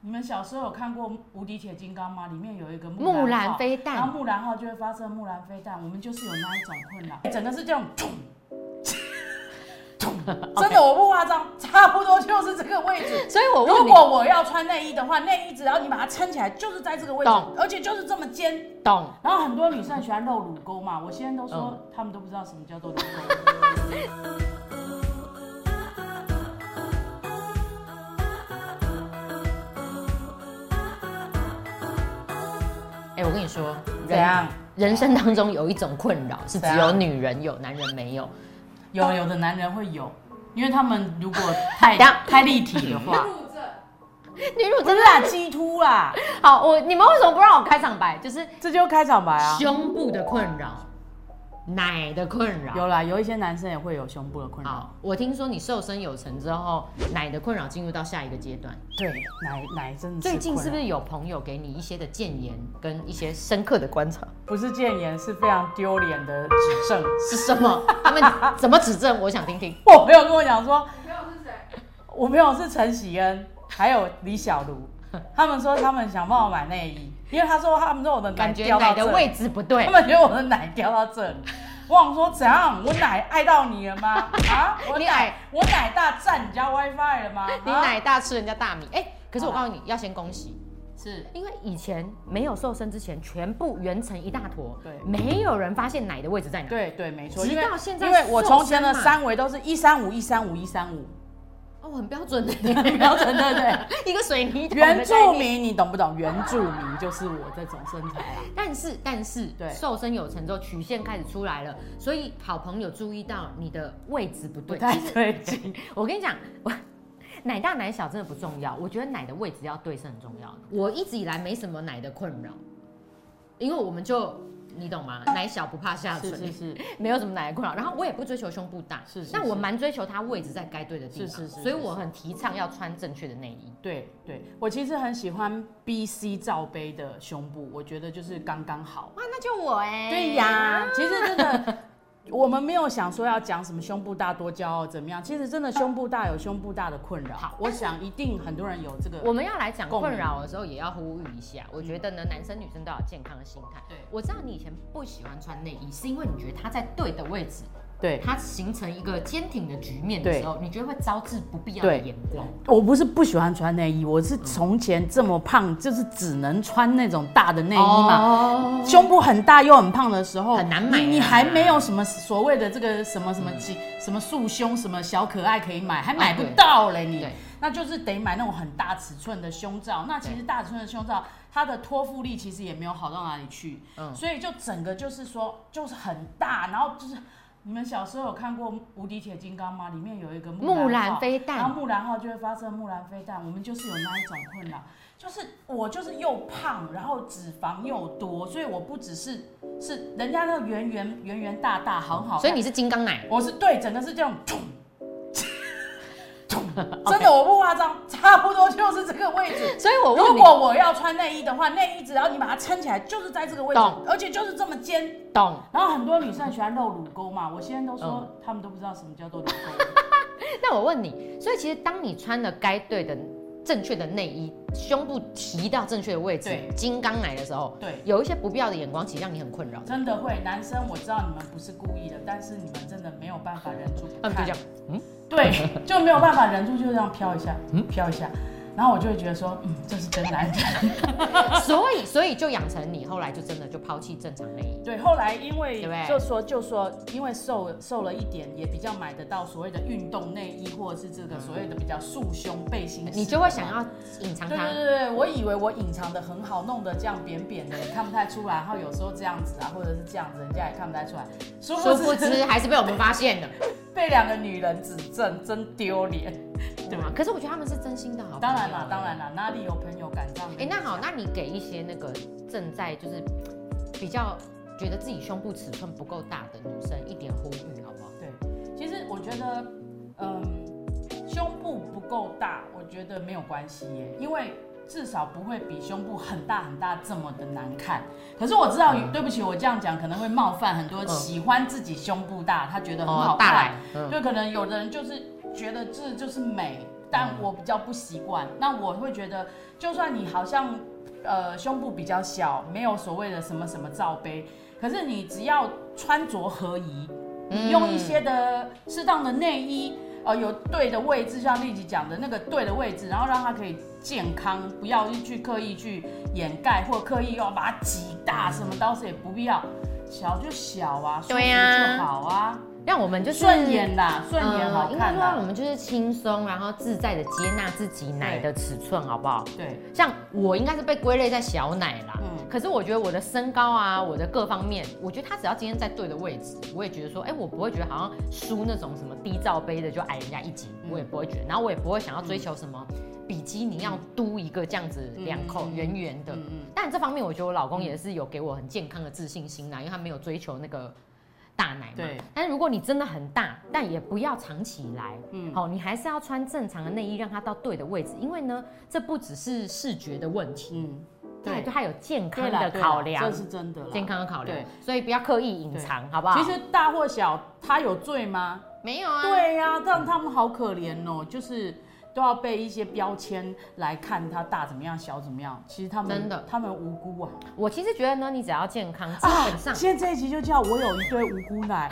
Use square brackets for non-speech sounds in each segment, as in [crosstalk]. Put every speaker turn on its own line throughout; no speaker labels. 你们小时候有看过《无敌铁金刚》吗？里面有一个
木
兰
兰
号，
飞
然
弹
后木兰号就会发射木兰飞弹，我们就是有那一种困
[laughs]
扰，整个是这样，咚咚真的我不夸张，差不多就是这个位置。
所以我
如
问
果
你，
我要穿内衣的话，内衣只要你把它撑起来，就是在这个位置
懂，
而且就是这么尖。
懂？
然后很多女生很喜欢露乳沟嘛，我现在都说、
嗯
她们都不知道什么叫做乳沟。
哎、我跟你说，
怎
人
样？
人生当中有一种困扰是只
怎
有
样
女人有，男人没有。
有有的男人会有，因为他们如果太
[laughs] 等下
太立体的
[laughs]
话，
女乳
不
真
是啦，
的
鸡突啊啦，
啊好，我你们为什么不让我开场白？就是
这就开场白啊。
胸部的困扰，奶的困扰。
有啦，有一些男生也会有胸部的困扰。
好，我听说你瘦身有成之后，奶的困扰进入到下一个阶段。
对，奶奶真的
最近是不
困
是有朋友给你一些的建言跟一些深刻的观察？
扰不是谏言，是非常丢脸的指正。 [laughs]
是什么？他们怎么指正？我想听听。
我朋友跟我讲说，我朋友是陈喜恩，还有李小
[laughs]
茹，他们说他们想帮我买内衣，因为他说他们说我的奶
感觉
掉
奶
到
的
这里
位置不对 [laughs]
他，们觉得我的奶掉到这里。我想说怎样？我奶爱到你了吗？啊，我
[laughs] 你
奶
奶
我奶大占你家 WiFi 了吗？啊
你奶大吃人家大米。哎、可是我告诉你要先恭喜，
是
因为以前没有瘦身之前，全部圆成一大坨，
对
没有人发现奶的位置在哪。
对对没错，
直
因为
到现在
因为我从前的
瘦身嘛
三围都是一三五一三五一三五，
哦，很标
[laughs]
准的，很
标准对不对？
[laughs] 一个水泥桶的
原住
概念。
民你懂不懂？原住民就是我这种身材啊。
但是但是，
对
瘦身有成之后，曲线开始出来了，所以好朋友注意到你的位置不
不
对。
太
其实
对劲，
[laughs] 我跟你讲， [laughs] 我奶大奶小真的不重要，我觉得奶的位置要对是很重要的。我一直以来没什么奶的困扰，因为我们就你懂吗？奶小不怕下垂，
是是是，
没有什么奶的困扰。然后我也不追求胸部大，
是是
但
是
我蛮追求它位置在该对的地
是
方，
是是
所以
是
我
是
很提倡要穿正确的内衣。
对对，我其实很喜欢 B C 罩杯的胸部，我觉得就是刚刚好。
哇，那就我哎、
对呀，其实真的，我们没有想说要讲什么胸部大多骄傲怎么样，其实真的胸部大有胸部大的困扰。
好
我想一定很多人有这个。
我们要来讲
共鸣嗯
困扰的时候，也要呼吁一下。我觉得呢，男生女生都要有健康的心态。
对
我知道你以前不喜欢穿内衣，是因为你觉得它在对的位置，
对，
它形成一个坚挺的局面的时候，你觉得会招致不必要的
对
眼光。
我不是不喜欢穿内衣，我是从前这么胖， [laughs] 就是只能穿那种大的内衣嘛。
哦
胸部很大又很胖的时候，
很难买
你你
啊嗯
还没有什么所谓的这个什么什么几什么束胸什么小可爱可以买，还买不
对
到嘞你
哎对。
那就是得买那种很大尺寸的胸罩。那其实大尺寸的胸罩，它的托付力其实也没有好到哪里去，
嗯
所以就整个就是说就是很大，然后就是。你们小时候有看过《无敌铁金刚》吗？里面有一个
木
兰
兰
号
飞弹
然后木兰号就会发射木兰飞弹。我们就是有那一种困扰，就是我就是又胖，然后脂肪又多，所以我不只是是人家那个圆圆圆圆大大很好看，
所以你是金刚奶，
我是对，整个是这样，咚
[laughs]
咚真的我不夸张，差不多就是这个位置。
所以我
如
问你，
果我要穿内衣的话，内衣只要你把它撑起来，就是在这个位置
懂，
而且就是这么尖。
懂？
然后很多女生很喜欢露乳沟嘛，我现在都说
嗯
她们都不知道什么叫做乳沟。
那我问你，所以其实当你穿了该对的、正确的内衣，胸部提到正确的位置
对，
金刚奶的时候，
对，
有一些不必要的眼光，其实让你很困扰。
真的会，男生我知道你们不是故意的，但是你们真的没有办法忍住不
他们就
看
这样， [laughs] 嗯，
对，就没有办法忍住，就这样飘一下，飘一下。然后我就会觉得说，嗯，这是真男
[laughs]
人。
所以，所以就养成你后来就真的就抛弃正常内衣。
对，后来因为
对不对
就说就说，因为瘦瘦了一点，也比较买得到所谓的运动内衣，或者是这个所谓的比较束胸背心式的嘛，
嗯你就会想要隐藏
对。对
它，
对对，我以为我隐藏的很好，弄得这样扁扁的，也看不太出来。然后有时候这样子啊，或者是这样子，人家也看不太出来。殊
殊
不
不
知
知 [laughs] 还是被我们发现了，
[laughs] 被两个女人指正，真丢脸。
对吗？可是我觉得他们是真心的好。
当然啦，当然。啦，哪里有朋友敢这样？
哎，那好，那你给一些那个正在就是比较觉得自己胸部尺寸不够大的女生一点呼吁好不好？
对，其实我觉得，嗯，胸部不够大，我觉得没有关系耶，因为至少不会比胸部很大很大这么的难看。可是我知道，对不起，我这样讲可能会冒犯很多
嗯哦
喜欢自己胸部大，他觉得很好
大
看，
奶，嗯，
就可能有的人就是觉得这就是美。但我比较不习惯。那我会觉得，就算你好像呃胸部比较小，没有所谓的什么什么罩杯，可是你只要穿着合宜，
嗯
你用一些的适当的内衣。呃，有对的位置，像丽姐讲的那个对的位置，然后让它可以健康，不要去刻意去掩盖或刻意要把它挤大什么，倒是也不必要，小就小啊，舒服
对啊
就好啊，
让我们就是
顺眼啦，顺眼好
呃应该
看啊
说我
啦，
们就是轻松，然后自在的接纳自己奶的尺寸，好不好？
对，
像我应该是被归类在小奶啦，
嗯
可是我觉得我的身高啊，我的各方面，我觉得他只要今天在对的位置，我也觉得说，哎、我不会觉得好像输那种什么低罩杯的就矮人家一截，
嗯
我也不会觉得，然后我也不会想要追求什么比基尼要嘟一个这样子
嗯
两口
嗯
圆圆的。
嗯嗯，
但这方面我觉得我老公也是有给我很健康的自信心啊啦，因为他没有追求那个大奶嘛。
对。
但是如果你真的很大，但也不要藏起来，
嗯
好、你还是要穿正常的内衣，让它到对的位置，因为呢，这不只是视觉的问题，
嗯，
它
对，
对它有健康
对啦
的
对啦
考量
这，是真的啦。
健康的考量
对，
所以不要刻意隐藏，好不好？
其实大或小，他有罪吗？
没有啊，
对呀、但他们好可怜哦，就是都要被一些标签来看他大怎么样，小怎么样。其实他们
真的
他们无辜啊。
我其实觉得呢，你只要健康，基本上、
现在这一集就叫我有一堆无辜奶。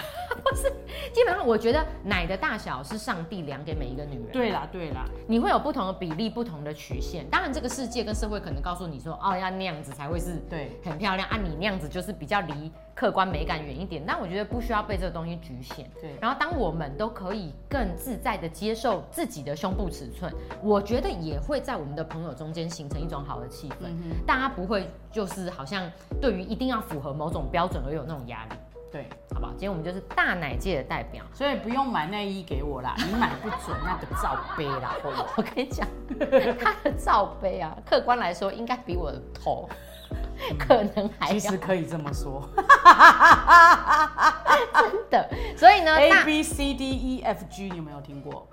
基本上，我觉得奶的大小是上帝量给每一个女人。
对啦，对啦，
你会有不同的比例、不同的曲线。当然，这个世界跟社会可能告诉你说，哦，要那样子才会是
对，
很漂亮啊，你那样子就是比较离客观美感远一点。但我觉得不需要被这个东西局限。
对
然后，当我们都可以更自在的接受自己的胸部尺寸，我觉得也会在我们的朋友中间形成一种好的气氛。
嗯哼，
大家不会就是好像对于一定要符合某种标准而有那种压力，
对，
好不好？今天我们就是大奶界的代表。 [laughs]
所以不用买内衣给我啦，你买不准那个罩杯啦，或者
我跟你讲，他的罩杯啊，客观来说应该比我的头 [laughs] 可能还
嗯其
要
实可以这么说。
的，所以呢，
A
大，嗯
B C D E F G，你有没有听过？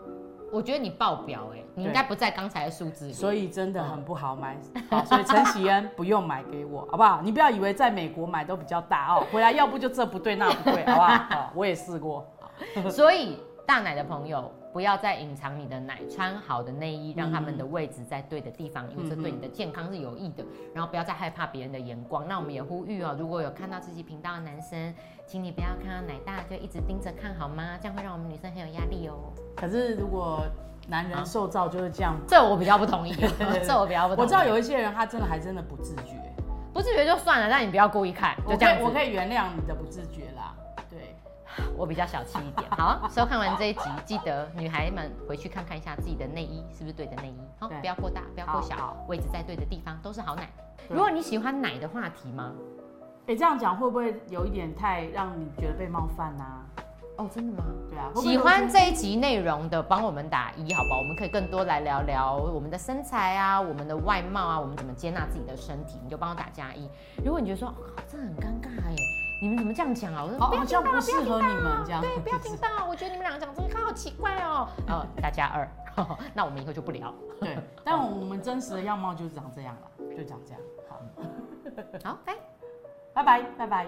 我觉得你爆表哎、你应该不在刚才的数字里。 [laughs]
所以真的很不好买。 [laughs] 好，所以陈喜恩不用买给我，好不好？你不要以为在美国买都比较大哦，回来要不就这不对那不
[laughs]
对，好不好？好我也试过，
所以大奶的朋友，不要再隐藏你的奶，穿好的内衣，让他们的位置在对的地方，因为这对你的健康是有益
嗯
的。然后不要再害怕别人的眼光。那我们也呼吁哦，如果有看到自己频道的男生，请你不要看到奶大就一直盯着看好吗？这样会让我们女生很有压
[laughs]
力哦。
可是如果男人受造就是这样，
这我比较不
[laughs]
同意，
对
这我比较不同意。
我知道有一些人他真的还真的不自觉，
不自觉就算了，但你不要故意看，
我
就
可
这样
以
子。
我可以原谅你的不自觉啦，对。
我比较小气一点。好，收看完这一集，记得女孩们回去看看一下自己的内衣是不是对的内衣，好，
对
不要过大，不要过小
好，
位置在对的地方都是好奶。
对
如果你喜欢奶的话题吗？
哎，这样讲会不会有一点太让你觉得被冒犯呐、
哦，真的吗？
对啊，会不会
喜
有一
欢
些
这一集内容的，帮我们打一，好不好？我们可以更多来聊聊我们的身材啊，我们的外貌啊，我们怎么接纳自己的身体，你就帮我打加一。如果你觉得说，哦，靠这很尴尬耶，你们怎么这样讲啊？我说
好
不要
好像不适合你们这样，
对，不要听到，我觉得你们两个讲这个好奇怪哦。呃，大家二， [laughs] 那我们以后就不聊。
对，但我们真实的样貌就是长这样了，就长这样。好，
好，拜。
拜拜，拜拜。